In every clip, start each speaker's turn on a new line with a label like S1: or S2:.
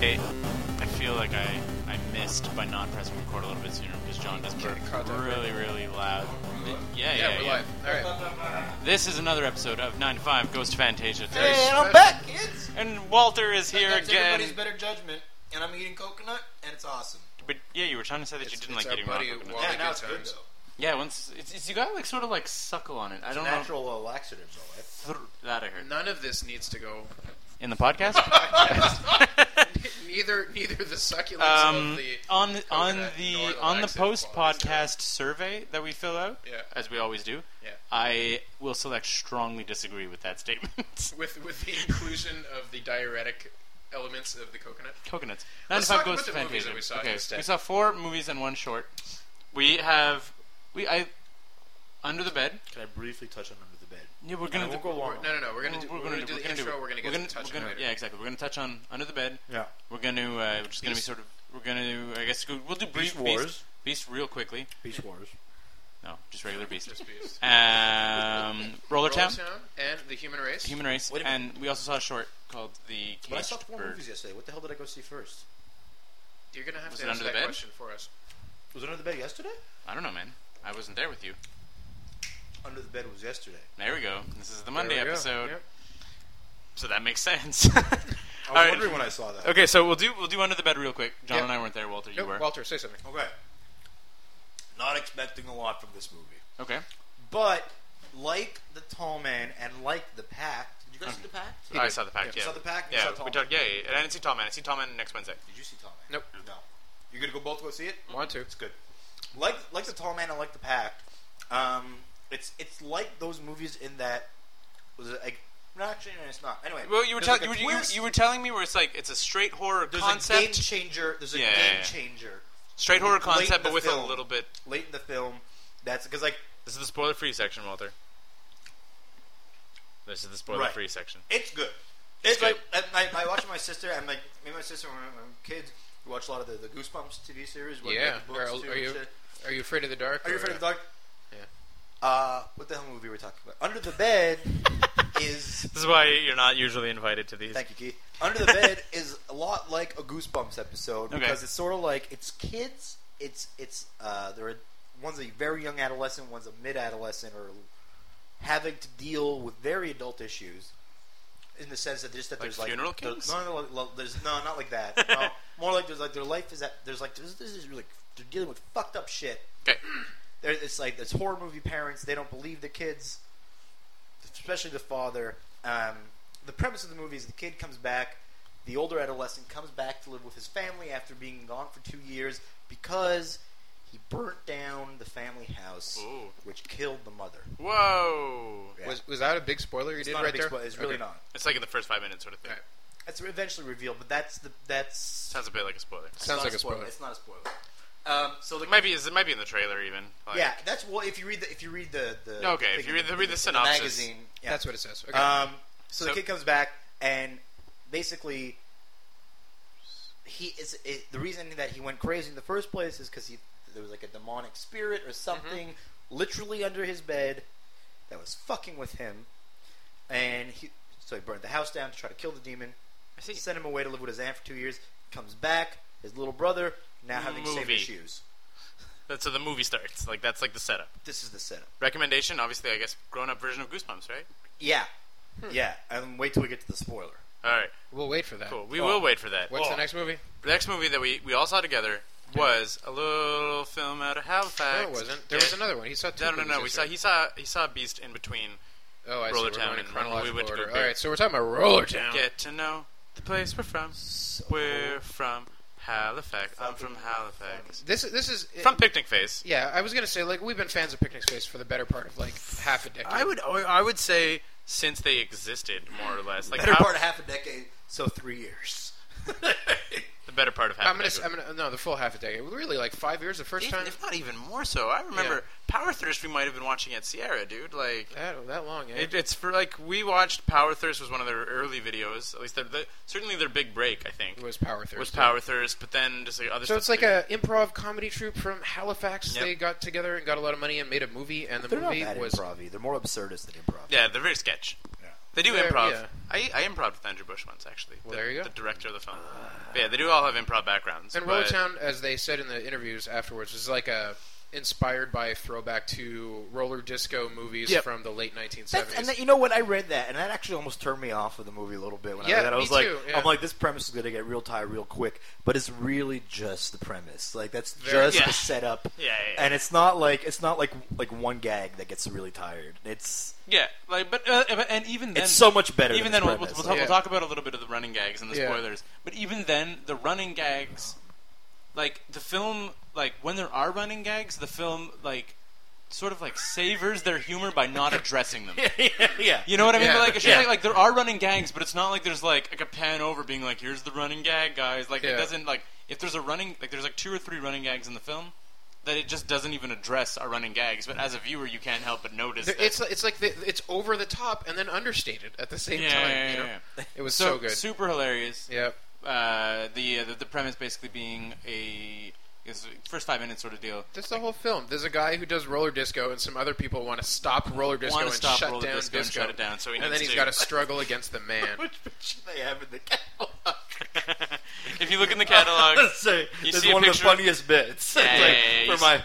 S1: Hey, I feel like I, I missed by not pressing record a little bit sooner because John does burp
S2: caught that,
S1: really, really loud. Yeah, yeah,
S2: Yeah,
S1: yeah.
S2: we're live. All right.
S1: This is another episode of 9 to 5 Ghost of Fantasia. Today.
S2: Hey, and I'm
S3: back, kids.
S1: And Walter is here
S3: That's
S1: again.
S3: everybody's better judgment, and I'm eating coconut, and it's awesome.
S1: But yeah, you were trying to say that you
S2: It's-
S1: didn't
S2: it's
S1: like
S2: our
S1: eating
S2: buddy
S1: raw coconut.
S2: Wally.
S3: yeah, now
S2: good
S3: it's good
S2: times.
S3: though.
S1: Yeah, once it's, it's you gotta like sort of like suckle on it. I don't know.
S3: Natural laxative, though. It's
S1: Thr- That I heard
S2: None of this needs to go.
S1: in the podcast.
S2: Neither, neither the succulents
S1: um,
S2: of the
S1: on the- on
S2: coconut nor
S1: the
S2: the
S1: on the
S2: laxative
S1: post
S2: qualities are-
S1: podcast survey that we fill out,
S2: Yeah.
S1: as we always do,
S2: Yeah.
S1: I will select strongly disagree with that statement.
S2: with with the inclusion of the diuretic elements of the coconut.
S1: Coconuts. Nine
S2: Let's
S1: to five
S2: talk about
S1: Ghosts
S2: the
S1: of
S2: movies
S1: Fantasia.
S2: that we saw
S1: okay,
S2: instead.
S1: we saw four movies and one short. We have we I under the bed.
S3: Can I briefly touch on under the bed?
S1: Yeah, we're gonna
S3: I
S1: do-
S3: won't go long.
S2: No, no, no. We're gonna do,
S1: We're-
S2: we're,
S1: we're
S2: gonna do
S1: we're
S2: the intro. we're gonna get to touch
S1: we're gonna-
S2: on it later.
S1: Yeah, exactly. We're gonna touch on Under the Bed.
S3: Yeah.
S1: We're gonna uh, which is gonna be
S3: Beast-
S1: sort of we're gonna I guess go- we'll do brief
S3: Beast Wars.
S1: Beast, Beast real quickly.
S3: Beast Wars.
S1: No, just regular Beast.
S2: Just beast.
S1: Um, Roller Town,
S2: Town and the human race.
S1: Human Race,
S3: Wait a minute.
S1: and we also saw a short called The
S3: But I
S1: Caged
S3: saw four
S1: Bird.
S3: movies yesterday. What the hell did I go see first?
S2: You're gonna have
S1: Was
S2: to
S1: it
S2: answer
S1: under the
S2: that
S1: bed?
S2: question for us.
S3: Was it under the bed yesterday?
S1: I don't know, man. I wasn't there with you.
S3: Under the bed was yesterday.
S1: There we go. This is the Monday
S2: There we go.
S1: episode,
S2: Yep.
S1: so that makes sense.
S3: I
S1: All
S3: was
S1: right.
S3: wondering when I saw that.
S1: Okay, so we'll do we'll do Under the Bed real quick. John
S2: Yep.
S1: and I weren't there. Walter, you
S2: Nope,
S1: were.
S2: Walter, say something.
S3: Okay. Not expecting a lot from this movie,
S1: okay.
S3: but like the Tall Man and like the Pact. Did you
S1: Hmm.
S3: guys see the Pact?
S1: I saw the pack.
S3: You
S1: yeah.
S3: saw the pack? You
S1: Yeah,
S3: saw Tall
S1: we
S3: Man?
S1: talked. Yeah, yeah, yeah. and I didn't see Tom Man. I see Tom Man next Wednesday.
S3: Did you see Tall Man?
S2: Nope.
S3: No. You gonna go both go see it?
S2: Want to?
S3: It's good. Like like the Tall Man and like the Pact. Um, it's it's like those movies in that was it like no, actually no, it's not. Anyway,
S1: Well, you were
S3: there's
S1: telling
S3: like a
S1: you, were- you,
S3: twist,
S1: you were telling me where it's like it's a straight horror
S3: there's a game
S1: concept,
S3: changer. There's a
S1: Yeah, yeah,
S3: game
S1: yeah.
S3: changer
S1: straight horror
S3: late in
S1: concept,
S3: the
S1: but with a
S3: film.
S1: little bit.
S3: late in the film. That's because like
S1: This is the spoiler-free section, Walter. This is the spoiler-free
S3: Right.
S1: section.
S3: it's good.
S1: It's
S3: It's, like I, I, I watch with my sister and like me and my sister when we were kids. We watch a lot of the, the Goosebumps TV series. we
S2: Yeah.
S3: read the
S2: Are,
S3: books, too,
S2: are
S3: and
S2: you
S3: shit.
S2: are you afraid of the dark?
S3: Are you
S2: or-
S3: afraid of the dark?
S2: Yeah.
S3: Uh, what the hell movie were we talking about? Under the bed is.
S1: This is why you're not usually invited to these.
S3: Thank you, Keith. Under the bed is a lot like a Goosebumps episode
S1: Okay.
S3: because it's sort of like it's kids. It's it's uh, there are one's a very young adolescent, one's a mid adolescent, or having to deal with very adult issues. In the sense that just that
S1: Like
S3: there's like
S1: funeral
S3: there-
S1: kings?
S3: No, no, no, there's no, not like that. No, more like there's like their life is that there's like this, this is really they're dealing with fucked up shit.
S1: Okay.
S3: There- it's like it's horror movie parents. They don't believe the kids, especially the father. Um, the premise of the movie is the kid comes back, the older adolescent comes back to live with his family after being gone for two years because he burnt down the family house,
S1: Ooh.
S3: which killed the mother.
S1: Whoa.
S3: Yeah.
S2: Was was that a big spoiler you
S3: it's
S2: did
S3: not
S2: right
S3: a big
S2: there?
S3: spoil- It's really
S2: Okay.
S3: not.
S1: It's like in the first five minutes sort of thing.
S2: All right.
S3: It's eventually revealed, but that's the that's
S1: Sounds a bit like a spoiler.
S3: it's
S2: sounds
S3: not
S2: like a spoiler.
S3: It's not a spoiler. Um, so the
S1: It might be. It might be in the trailer even. Like,
S3: yeah, that's well. If you read the if you read the, the
S1: Okay, if
S3: thing
S1: you
S3: in
S1: read the- read the
S3: in
S1: synopsis.
S3: magazine, yeah.
S2: That's what it says. Okay.
S1: Uh,
S3: Um, so,
S1: So-
S3: the kid comes back and basically he is it, the reason that he went crazy in the first place is because he there was like a demonic spirit or something
S1: Mm-hmm.
S3: literally under his bed that was fucking with him, and he so he burned the house down to try to kill the demon.
S1: I see.
S3: Sent him away to live with his aunt for two years. Comes back, his little brother now having same
S1: Movie.
S3: issues.
S1: That's so the movie starts. Like that's like the setup.
S3: This is the setup.
S1: Recommendation, obviously, I guess, grown-up version of Goosebumps, right?
S3: Yeah,
S1: Hmm.
S3: yeah. And wait till we get to the spoiler.
S1: All right.
S2: we'll wait for that.
S1: Cool. We
S3: Oh.
S1: will wait for that.
S2: What's
S3: Oh.
S2: the next movie?
S1: The next movie that we, we all saw together was a little film out of Halifax.
S2: No, it wasn't. There was
S1: Yeah.
S2: another one. He saw two.
S1: No, no,
S2: movies
S1: no. We saw
S2: yesterday.
S1: he saw he saw Beast in between.
S2: Oh, I see.
S1: Roller
S2: We're
S1: Town
S2: going
S1: and when
S2: in
S1: we
S2: chronological
S1: went to
S2: order.
S1: Good
S2: All
S1: Bear.
S2: right, so we're talking about Roller Town.
S1: Get to know the place we're from. We're from Halifax. I'm from Halifax.
S2: This this is
S1: From Picnic Face.
S2: Yeah, I was gonna say like we've been fans of Picnic Space for the better part of like half a decade.
S1: I would I would say since they existed more or less like
S3: Better
S1: how-
S3: part of half a decade, so three years.
S1: the better part of half.
S2: I'm
S1: a
S2: gonna,
S1: decade.
S2: I'm gonna no the full half a decade. Really, like five years the first
S1: If-
S2: time.
S1: if not even more so. I remember Power Thirst we might have been watching at Sierra, dude. Like
S2: that, that long, eh? yeah.
S1: It, it's for like we watched Power Thirst was one of their early videos. At least their, the, certainly their big break, I think,
S2: It
S1: was,
S2: was Power Thirst.
S1: Power Thirst. But then just like other.
S2: So
S1: stuff
S2: it's like
S1: they-
S2: a improv comedy troupe from Halifax.
S1: Yep.
S2: They got together and got a lot of money and made a movie, and the
S3: They're not
S2: movie
S3: that
S2: was
S3: improv They're more absurdist than improv.
S1: yeah, they're very sketch. They do
S2: They're-
S1: improv.
S2: yeah.
S1: I I improv with Andrew Bush once actually.
S2: Well,
S1: the,
S2: there you go. Ah.
S1: The director of the film. But yeah, they do all have improv backgrounds.
S2: And
S1: but-
S2: Rollertown, as they said in the interviews afterwards, is like a inspired by a throwback to roller disco movies
S3: Yep.
S2: from the late 1970s.
S3: That's, and that, you know what? I read that, and that actually almost turned me off of the movie a little bit. When I
S2: Yeah,
S3: read that, I
S2: me
S3: was like,
S2: too, yeah.
S3: I'm like, this premise is going to get real tired real quick, but it's really just the premise. Like that's
S2: Very-
S3: just
S1: Yeah.
S3: the setup.
S1: Yeah, yeah, yeah.
S3: And it's not like it's not like like one gag that gets really tired. It's
S1: Yeah, like but uh, but- and even then
S3: It's so much better
S1: Even
S3: than
S1: then, we'll,
S3: its
S1: we'll,
S3: premise,
S1: talk,
S3: like-
S1: we'll talk about a little bit of the running gags and the
S2: Yeah.
S1: spoilers. But even then, the running gags, like the film, like when there are running gags, the film like sort of like savors their humor by not addressing them.
S3: yeah.
S1: You know what I mean?
S2: Yeah.
S1: But, like, it's just
S2: Yeah.
S1: like, like there are running gags, but it's not like there's like, like a pan over being like, "Here's the running gag, guys." Like
S2: Yeah.
S1: it doesn't like if there's a running like there's like two or three running gags in the film that it just doesn't even address are running gags. But as a viewer, you can't help but notice.
S2: There-
S1: that-
S2: it's it's like the, it's over the top and then understated at the same
S1: Yeah,
S2: time.
S1: yeah,
S2: you know?
S1: yeah, yeah.
S2: It was so,
S1: so,
S2: good.
S1: super hilarious.
S2: yeah,
S1: Uh, the, uh, the the premise basically being a is first five minutes sort of deal.
S2: that's the whole film. There's a guy who does roller disco, and some other people want to stop roller disco
S1: Wanna
S2: and
S1: stop
S2: shut
S1: roller
S2: down
S1: disco and shut it down, so he
S2: and
S1: needs
S2: then he's
S1: to-
S2: got to struggle against the man.
S3: Which picture they have in the catalog?
S1: if you look in the catalog,
S3: Let's say
S1: You
S3: this
S1: see
S3: is
S1: a
S3: one of the
S1: picture of-
S3: funniest bits. It's
S1: Yeah,
S3: like,
S1: yeah, yeah, you
S3: for my,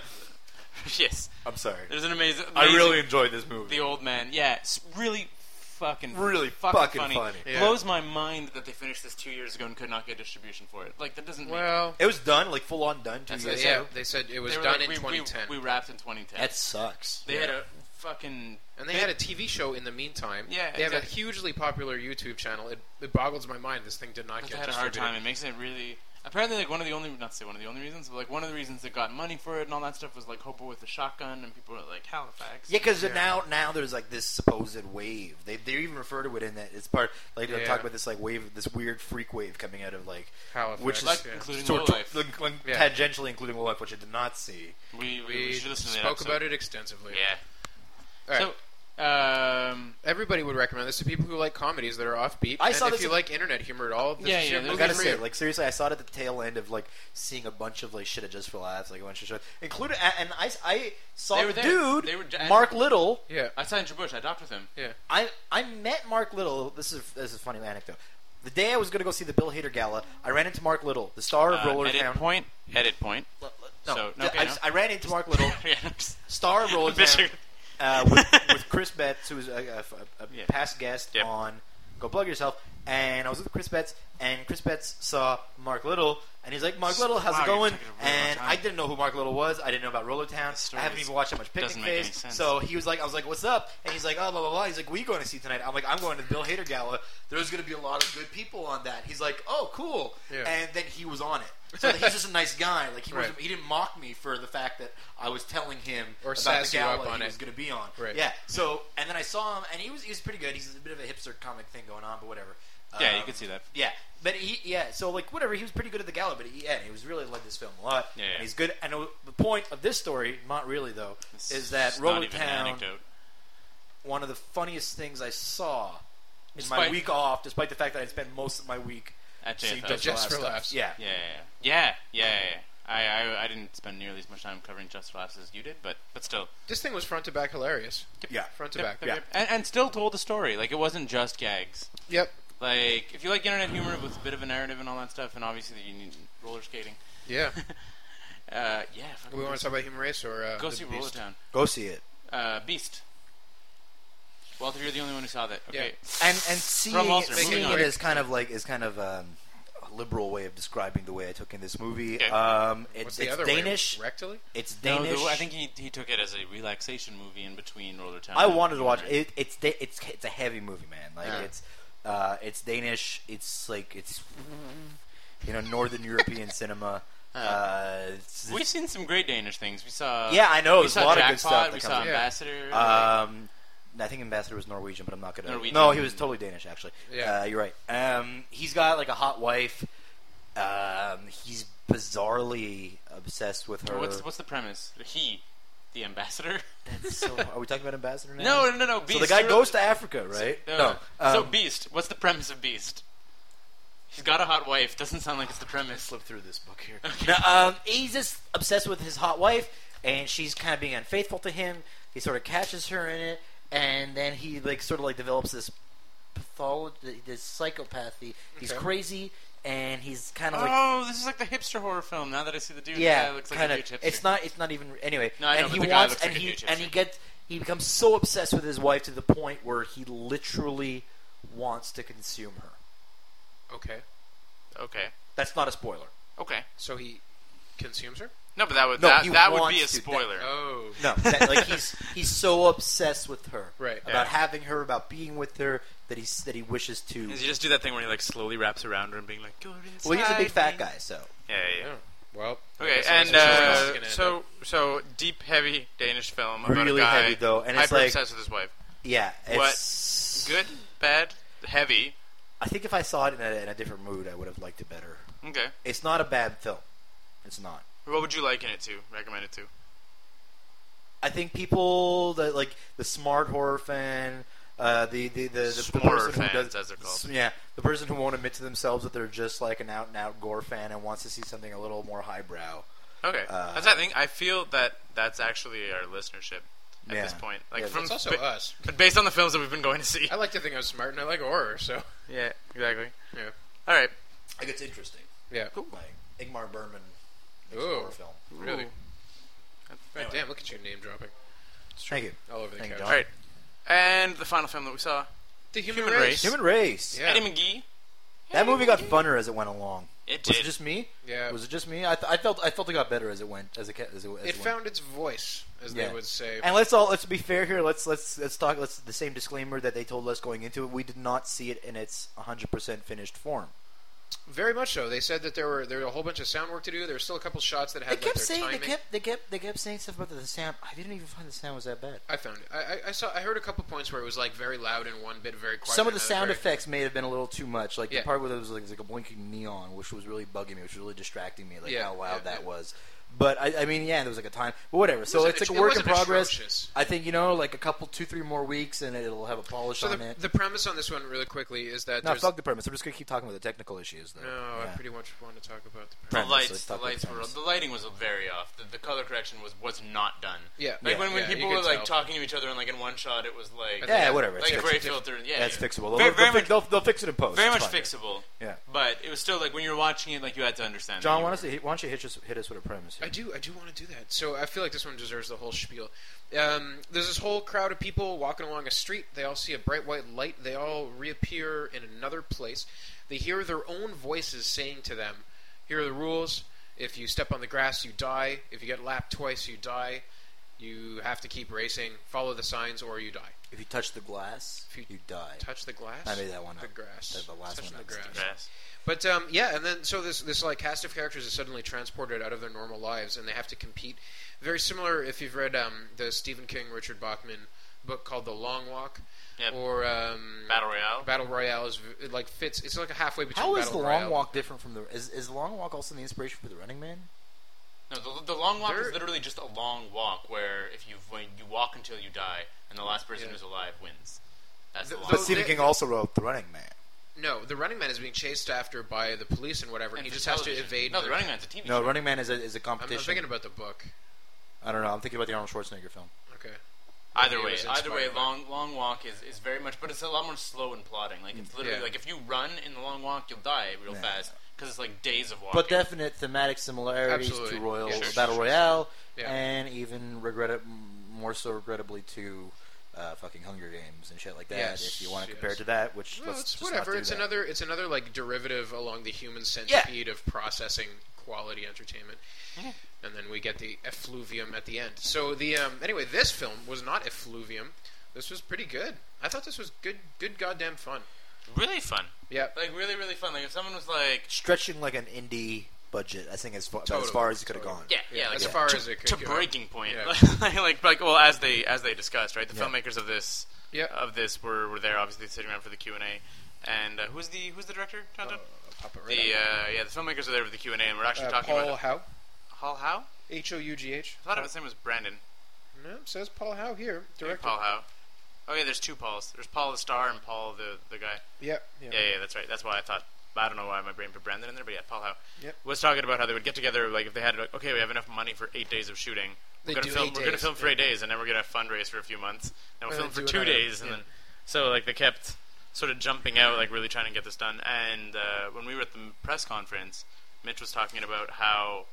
S1: yes,
S3: I'm sorry.
S1: there's an amazing.
S3: I
S1: amazing-
S3: really enjoyed this movie.
S1: the old man. Yeah, it's really fucking
S3: Really
S1: fucking,
S3: fucking
S1: funny.
S3: funny.
S2: Yeah.
S1: Blows my mind that they finished this two years ago and could not get distribution for it. Like that doesn't
S2: well,
S3: it was done like full on done two
S1: That's
S3: years
S1: it,
S3: ago.
S2: yeah, they said it
S1: make.
S2: was
S1: They were
S2: done
S1: like,
S2: in
S1: we, we-
S2: 2010,
S1: We, wrapped in 2010.
S3: That sucks.
S1: they had a fucking
S2: and they had a TV show in the meantime.
S1: Yeah,
S2: they have a
S1: exactly.
S2: hugely popular YouTube channel. It, it boggles my mind. This thing did not
S1: I've
S2: get
S1: had a hard
S2: distributed.
S1: time. It makes it really. Apparently, like one of the only not to say one of the only reasons, but like one of the reasons that got money for it and all that stuff was like Hobo with the shotgun and people were like Halifax.
S3: Yeah, because now now there's like this supposed wave. They they even refer to it in that it's part like they
S2: Yeah.
S3: talk about this like wave, this weird freak wave coming out of like
S2: Halifax,
S3: which is
S1: Like,
S2: Yeah.
S1: including
S3: sort
S1: Low
S3: of-
S1: Life.
S3: like, like,
S2: Yeah.
S3: tangentially including low life, which I did not see.
S1: we, we, we
S2: We
S1: should listen to that
S2: spoke
S1: episode.
S2: about it extensively.
S1: Yeah.
S2: All right.
S1: So, um,
S2: Everybody would recommend this to people who like comedies that are offbeat.
S3: I
S2: and
S3: saw
S2: if
S3: this
S2: you
S3: in-
S2: like internet humor at all, this
S1: Yeah,
S2: is
S1: yeah,
S2: your
S1: there's-
S3: I
S2: movie
S3: gotta
S2: for
S3: say,
S2: you.
S3: like seriously, I saw it at the tail end of like seeing a bunch of like shit at Just for Laughs, like a bunch of shit, including and I I saw
S1: They were
S3: the
S1: there.
S3: dude
S1: They were- and-
S3: Mark Little.
S2: yeah,
S1: I saw Andrew Bush. I talked with him.
S2: yeah.
S3: I I met Mark Little. This is this is a funny anecdote. The day I was going to go see the Bill Hader gala, I ran into Mark Little, the star of
S1: Uh,
S3: Roller
S1: edit
S3: Town.
S1: point. Edit point.
S3: No,
S1: So, no, okay,
S3: I,
S1: no.
S3: I ran into Mark Little,
S1: yeah, I'm just-
S3: star of Roller
S1: I'm just-
S3: Town, uh, with, with Chris Betts, who was a, a, a
S1: Yeah.
S3: past guest
S1: Yep.
S3: on Go Plug Yourself. And I was with Chris Betts, and Chris Betts saw Mark Little, and he's like, "Mark Little, how's
S1: Wow,
S3: it
S1: you're
S3: going?"
S1: taking a really long
S3: And
S1: time.
S3: I didn't know who Mark Little was. I didn't know about Roller Town. I
S1: story
S3: haven't
S1: is-
S3: even watched that much Picnic
S1: doesn't make any
S3: Face.
S1: sense.
S3: So he was like, "I was like, what's up?" And he's like, "Oh, blah blah blah." He's like, "What are you going to see tonight?" I'm like, "I'm going to the Bill Hader Gala. There's going to be a lot of good people on that." He's like, "Oh, cool."
S2: Yeah.
S3: And then he was on it. So he's just a nice guy. Like he
S2: Right.
S3: was, he didn't mock me for the fact that I was telling him
S2: Or
S3: about
S2: sass
S3: the
S2: you
S3: gala
S2: up on
S3: he
S2: it.
S3: was going to be on.
S2: Right.
S3: Yeah. So and then I saw him, and he was he was pretty good. He's a bit of a hipster comic thing going on, but whatever.
S1: yeah, you
S3: Um,
S1: can see that.
S3: Yeah, but he yeah. So like whatever, he was pretty good at the gala, but he yeah, he was really led this film a lot.
S1: Yeah, yeah.
S3: And he's good. And the the point of this story, not really though,
S1: It's
S3: is that
S1: just not
S3: Roller
S1: even
S3: Town
S1: An anecdote.
S3: one of the funniest things I saw in my
S1: Despite-
S3: week off, despite the fact that I spent most of my week
S1: At
S3: seeing
S1: JFL.
S3: Just,
S2: Just
S3: for
S2: for
S3: Laughs.
S2: Laughs.
S3: stuff. Yeah.
S1: Yeah, yeah, yeah, yeah. yeah, yeah. I, I I didn't spend nearly as much time covering Just Laughs as you did, but but still,
S2: This thing was front to back hilarious.
S3: Yeah.
S2: Front to
S1: Yep,
S2: back.
S1: yep, yep. and and still told the story. Like it wasn't just gags.
S2: Yep.
S1: Like if you like internet humor with a bit of a narrative and all that stuff, and obviously you need roller skating.
S2: Yeah.
S1: Uh, yeah, fucking
S2: we want to talk about Human Race or uh,
S1: go
S2: the
S1: see Roller
S2: Beast?
S1: Town.
S3: Go see it.
S1: Uh, Beast. Walter, you're the only one who saw that. Okay.
S3: and and seeing,
S1: Ulster,
S3: seeing
S1: moving on.
S3: it as kind of like is kind of um, a liberal way of describing the way I took in this movie.
S1: Okay.
S3: Um, it-
S2: What's
S3: it's
S2: the other way?
S3: Danish.
S2: Rectally.
S3: It's
S1: No,
S3: Danish.
S1: the- I think he, he took it as a relaxation movie in between Roller Town.
S3: I
S1: and
S3: wanted to watch
S1: Human Race.
S3: it. It's da- it's it's a heavy movie, man. Like
S2: Yeah.
S3: it's uh, it's Danish. It's like it's you know, Northern European cinema. Uh, it's-
S1: We've seen some great Danish things. We saw.
S3: Yeah, I know,
S1: We
S3: there's a
S1: saw
S3: lot of
S1: Jackpot.
S3: good stuff that
S1: we
S3: comes
S1: saw
S3: out.
S2: Yeah.
S1: Ambassador.
S3: Um, I think Ambassador was Norwegian, but I'm not gonna.
S1: Norwegian.
S3: No, he was totally Danish, actually.
S2: Yeah.
S3: uh, you're right. Um, he's got like a hot wife. Um, he's bizarrely obsessed with her.
S1: what's what's the premise? He, the ambassador.
S3: That's so, are we talking about Ambassador now?
S1: No, no, no, no. Beast.
S3: So the guy
S1: You're-
S3: goes to Africa, right?
S1: No. so
S3: um,
S1: Beast. What's the premise of Beast? He's got a hot wife. Doesn't sound like it's the premise.
S3: flip through this book here. um, he's just obsessed with his hot wife, and she's kind of being unfaithful to him. He sort of catches her in it, and then he like sort of like develops this pathology, this psychopathy. He's
S2: Okay.
S3: crazy, and he's kind of like
S1: Oh, this is like the hipster horror film. Now that I see the dude, the
S3: yeah,
S1: guy Oh, looks like
S3: kind
S1: a
S3: of.
S1: huge hipster.
S3: it's not. It's not even anyway.
S1: No, I know,
S3: and
S1: but
S3: he
S1: the guy
S3: wants,
S1: looks
S3: and
S1: like a
S3: he
S1: huge
S3: and he
S1: hipster.
S3: gets he becomes so obsessed with his wife to the point where he literally wants to consume her.
S2: Okay.
S1: okay.
S3: That's not a spoiler.
S1: Okay.
S2: So he consumes her?
S1: No, but that would
S3: No,
S1: that,
S3: he
S1: that would
S3: wants
S1: be a
S3: to. That-
S1: spoiler.
S2: Oh.
S3: No, that, like he's he's so obsessed with her,
S2: Right.
S3: About
S2: Yeah.
S3: having her, about being with her, that he's that he wishes to.
S1: Is he just do that thing where he like slowly wraps around her and being like, "Go
S3: Well, he's a big
S1: inside
S3: fat
S1: me."
S3: guy, so
S1: Yeah, yeah.
S3: Oh.
S1: yeah.
S2: Yeah. Well. I
S1: Okay,
S2: guess
S1: and
S2: that's where this is
S1: uh,
S2: gonna end
S1: so
S2: up.
S1: so deep, heavy Danish film about
S3: Really
S1: a guy
S3: heavy, though, and it's
S1: hyper
S3: like-
S1: obsessed with his wife.
S3: yeah.
S1: What?
S3: It's,
S1: Good, bad, heavy.
S3: I think if I saw it in a, in a different mood, I would have liked it better.
S1: Okay,
S3: It's not a bad film. It's not.
S1: what would you like in it to recommend it to?
S3: I think people that like the smart horror fan, uh, the the the, the, the
S1: Smorrer
S3: person
S1: fans,
S3: who does
S1: as they're called.
S3: yeah, the person who won't admit to themselves that they're just like an out and out gore fan and wants to see something a little more highbrow.
S1: Okay,
S3: Uh,
S1: that's I think I feel that that's actually our listenership at
S3: Yeah.
S1: this point. Like
S3: Yeah,
S1: from
S2: It's also
S1: ba-
S2: us.
S1: but based on the films that we've been going to see.
S2: I like to think I'm smart and I like horror, so.
S1: Yeah, exactly.
S2: Yeah.
S1: All right.
S3: Like it's interesting.
S2: Yeah.
S3: Like Ingmar Bergman makes
S2: Ooh.
S3: a horror film.
S2: Really? God
S1: Anyway.
S2: damn, look at you name dropping.
S3: Thank you.
S2: All over the
S3: Thank
S2: couch.
S3: God.
S1: All right, and the final film that we saw,
S2: The human,
S1: Human
S2: race.
S1: race.
S3: Human Race.
S2: Yeah.
S1: Eddie McGee.
S3: That movie got funner as it went along.
S1: It
S3: Was
S1: did.
S3: it just me?
S2: Yeah.
S3: Was it just me? I, th- I felt I felt it got better as it went as it ca- as it, as
S2: It
S3: it went.
S2: found its voice, as
S3: Yeah.
S2: they would say.
S3: And let's all let's be fair here. Let's let's let's talk. Let's the same disclaimer that they told us going into it. We did not see it in its 100 percent finished form.
S2: Very much so. They said that there were there were a whole bunch of sound work to do. There were still a couple shots that had
S3: They
S2: like,
S3: kept
S2: their
S3: saying they
S2: timing.
S3: kept they kept they kept saying stuff about the sound. I didn't even find the sound was that bad.
S2: I found it. I, I- I saw. I heard a couple points where it was like very loud in one bit, very quiet.
S3: Some of
S2: in
S3: the
S2: another,
S3: sound
S2: very-
S3: effects may have been a little too much. Like
S2: Yeah.
S3: the part where there was like, it was like a blinking neon, which was really bugging me, which was really distracting me. Like
S2: Yeah,
S3: how loud
S2: yeah,
S3: that
S2: yeah.
S3: was. But I, I mean, yeah, there was like a time, but whatever. So
S2: wasn't
S3: it's like
S2: atro-
S3: a
S2: it
S3: work in
S2: wasn't
S3: progress.
S2: atrocious.
S3: I think you know, like a couple, two, three more weeks, and it'll have a polish
S2: So
S3: on
S2: the,
S3: it.
S2: the premise on this one, really quickly, is that
S3: no,
S2: there's
S3: fuck the premise. I'm just gonna keep talking about the technical issues, though.
S2: no.
S3: Yeah.
S2: I pretty much want to talk about the premise.
S1: The
S3: premise,
S1: lights,
S3: let's
S1: the
S3: talk about
S1: lights
S3: the
S1: were
S3: premise.
S1: the lighting was very off. The, the color correction was was not done.
S2: Yeah.
S1: like
S2: Yeah.
S1: when, when
S2: Yeah,
S1: people
S2: you
S1: were
S2: could
S1: like
S2: tell.
S1: talking to each other and like in one shot, it was like
S2: Yeah,
S3: Yeah, whatever.
S1: like
S3: it's
S1: gray
S3: fixable.
S1: filter. Yeah,
S3: That's
S1: yeah.
S3: fixable. They'll,
S1: Very,
S3: they'll
S1: very
S3: fi-
S1: much,
S3: they'll, they'll fix it in post.
S1: very
S3: It's
S1: much
S3: fine.
S1: fixable.
S3: Yeah.
S1: but it was still like when you were watching it, like you had to understand.
S3: John,
S1: that
S3: why
S1: you
S3: don't you, why don't you hit us, hit us with a premise? here?
S2: I do, I do want to do that. So I feel like this one deserves the whole spiel. Um, there's this whole crowd of people walking along a street. They all see a bright white light. They all reappear in another place. They hear their own voices saying to them, "Here are the rules. If you step on the grass, you die. If you get lapped twice, you die. You have to keep racing. Follow the signs, or you die.
S3: If you touch the glass,
S2: If
S3: you,
S2: you
S3: die.
S2: Touch the glass.
S3: I made that one
S2: The
S3: up.
S2: grass.
S3: The- the last
S2: Touching
S3: one
S2: the
S3: up.
S2: grass.
S1: were- Yes.
S2: But um, yeah, and then so this this like cast of characters is suddenly transported out of their normal lives, and they have to compete. Very similar if you've read um, the Stephen King Richard Bachman book called The Long Walk,
S1: Yep.
S2: or um,
S1: Battle Royale.
S2: Battle Royale is v- it, like fits. It's like a halfway between.
S3: How is
S2: Battle
S3: the
S2: Royale.
S3: long walk different from the? Is, is the long walk also the inspiration for the Running Man?
S1: No, the, the long walk
S2: There-
S1: is literally just a long walk where if you when you walk until you die, and the last person
S2: Yeah.
S1: who's alive wins. That's the,
S2: The-
S1: long.
S2: the-
S1: walk.
S2: Stephen they- King
S3: also wrote the Running Man.
S2: No, the Running Man is being chased after by the police and whatever.
S1: And
S2: and he
S1: for
S2: just
S1: television.
S2: has to evade.
S1: No,
S2: the-
S1: the Running Man's a TV
S3: No,
S1: show.
S3: Running Man is a is a
S2: I'm, I'm
S3: competition.
S2: thinking about the book.
S3: I don't know. I'm thinking about the Arnold Schwarzenegger film.
S2: Okay.
S1: Either
S2: He
S1: way,
S2: was
S1: either way,
S2: inspired by-
S1: long long walk is, is very much, but it's a lot more slow and plodding. Like it's literally
S2: Mm, Yeah.
S1: like if you run in the long walk, you'll die real
S3: Yeah.
S1: fast because it's like days of walking.
S3: But definite thematic similarities
S2: Absolutely.
S3: to Royal
S2: Yeah, sure,
S3: Battle
S2: sure, sure.
S3: Royale,
S2: Yeah.
S3: and even regret more so regrettably to uh, fucking Hunger Games and shit like that.
S2: Yes,
S3: if you want to
S2: yes.
S3: compare it to that, which
S2: Well,
S3: let's
S2: it's
S3: just
S2: whatever.
S3: Not do
S2: It's
S3: that.
S2: another. It's another like derivative along the human centipede of processing quality entertainment, and then we get the effluvium at the end. So the um, anyway, this film was not effluvium. This was pretty good. I thought this was good. Good goddamn fun.
S1: really fun.
S2: Yeah.
S1: Like really, really fun. Like if someone was like,
S3: Stretching like an indie budget, I think as far about as
S2: Totally,
S3: far as it could have
S2: totally.
S3: gone.
S1: yeah, yeah, like
S2: as
S1: to-
S2: far
S1: to,
S2: as it could
S1: to
S2: go.
S1: breaking point,
S2: Yeah.
S1: like, like like well as they as they discussed right, the
S3: Yeah.
S1: filmmakers of this
S2: Yeah.
S1: of this were, were there obviously sitting around for the Q and A, and uh, who's the who's the director? John
S2: I'll
S1: Todd?
S2: pop it
S1: the uh,
S2: Oh, right
S1: yeah the filmmakers are there for the Q and A, and we're actually
S2: up. Uh,
S1: talking
S2: Paul
S1: about
S2: Howe.
S1: Hall Howe.
S2: H O U G H.
S1: I thought it was him as Brandon.
S2: No, it says Paul Howe here.
S1: Maybe
S2: Director.
S1: Paul Howe. Oh yeah, there's two Pauls. There's Paul the star and Paul the the guy.
S2: Yeah.
S1: Yeah, yeah, that's right. That's why I thought. I don't know why my brain put Brandon in there, but yeah, Paul Howe
S2: Yep.
S1: was talking about how they would get together, like if they had, like, okay, we have enough money for eight days of shooting.
S2: They
S1: We're gonna
S2: do
S1: film.
S2: eight
S1: We're gonna
S2: days,
S1: film for
S2: yeah.
S1: eight days, and then we're gonna fundraise for a few months. And we'll
S2: And
S1: film for
S2: then do
S1: two
S2: another,
S1: days, and
S2: yeah.
S1: then so like they kept sort of jumping out, like really trying to get this done. And uh, when we were at the press conference, Mitch was talking about how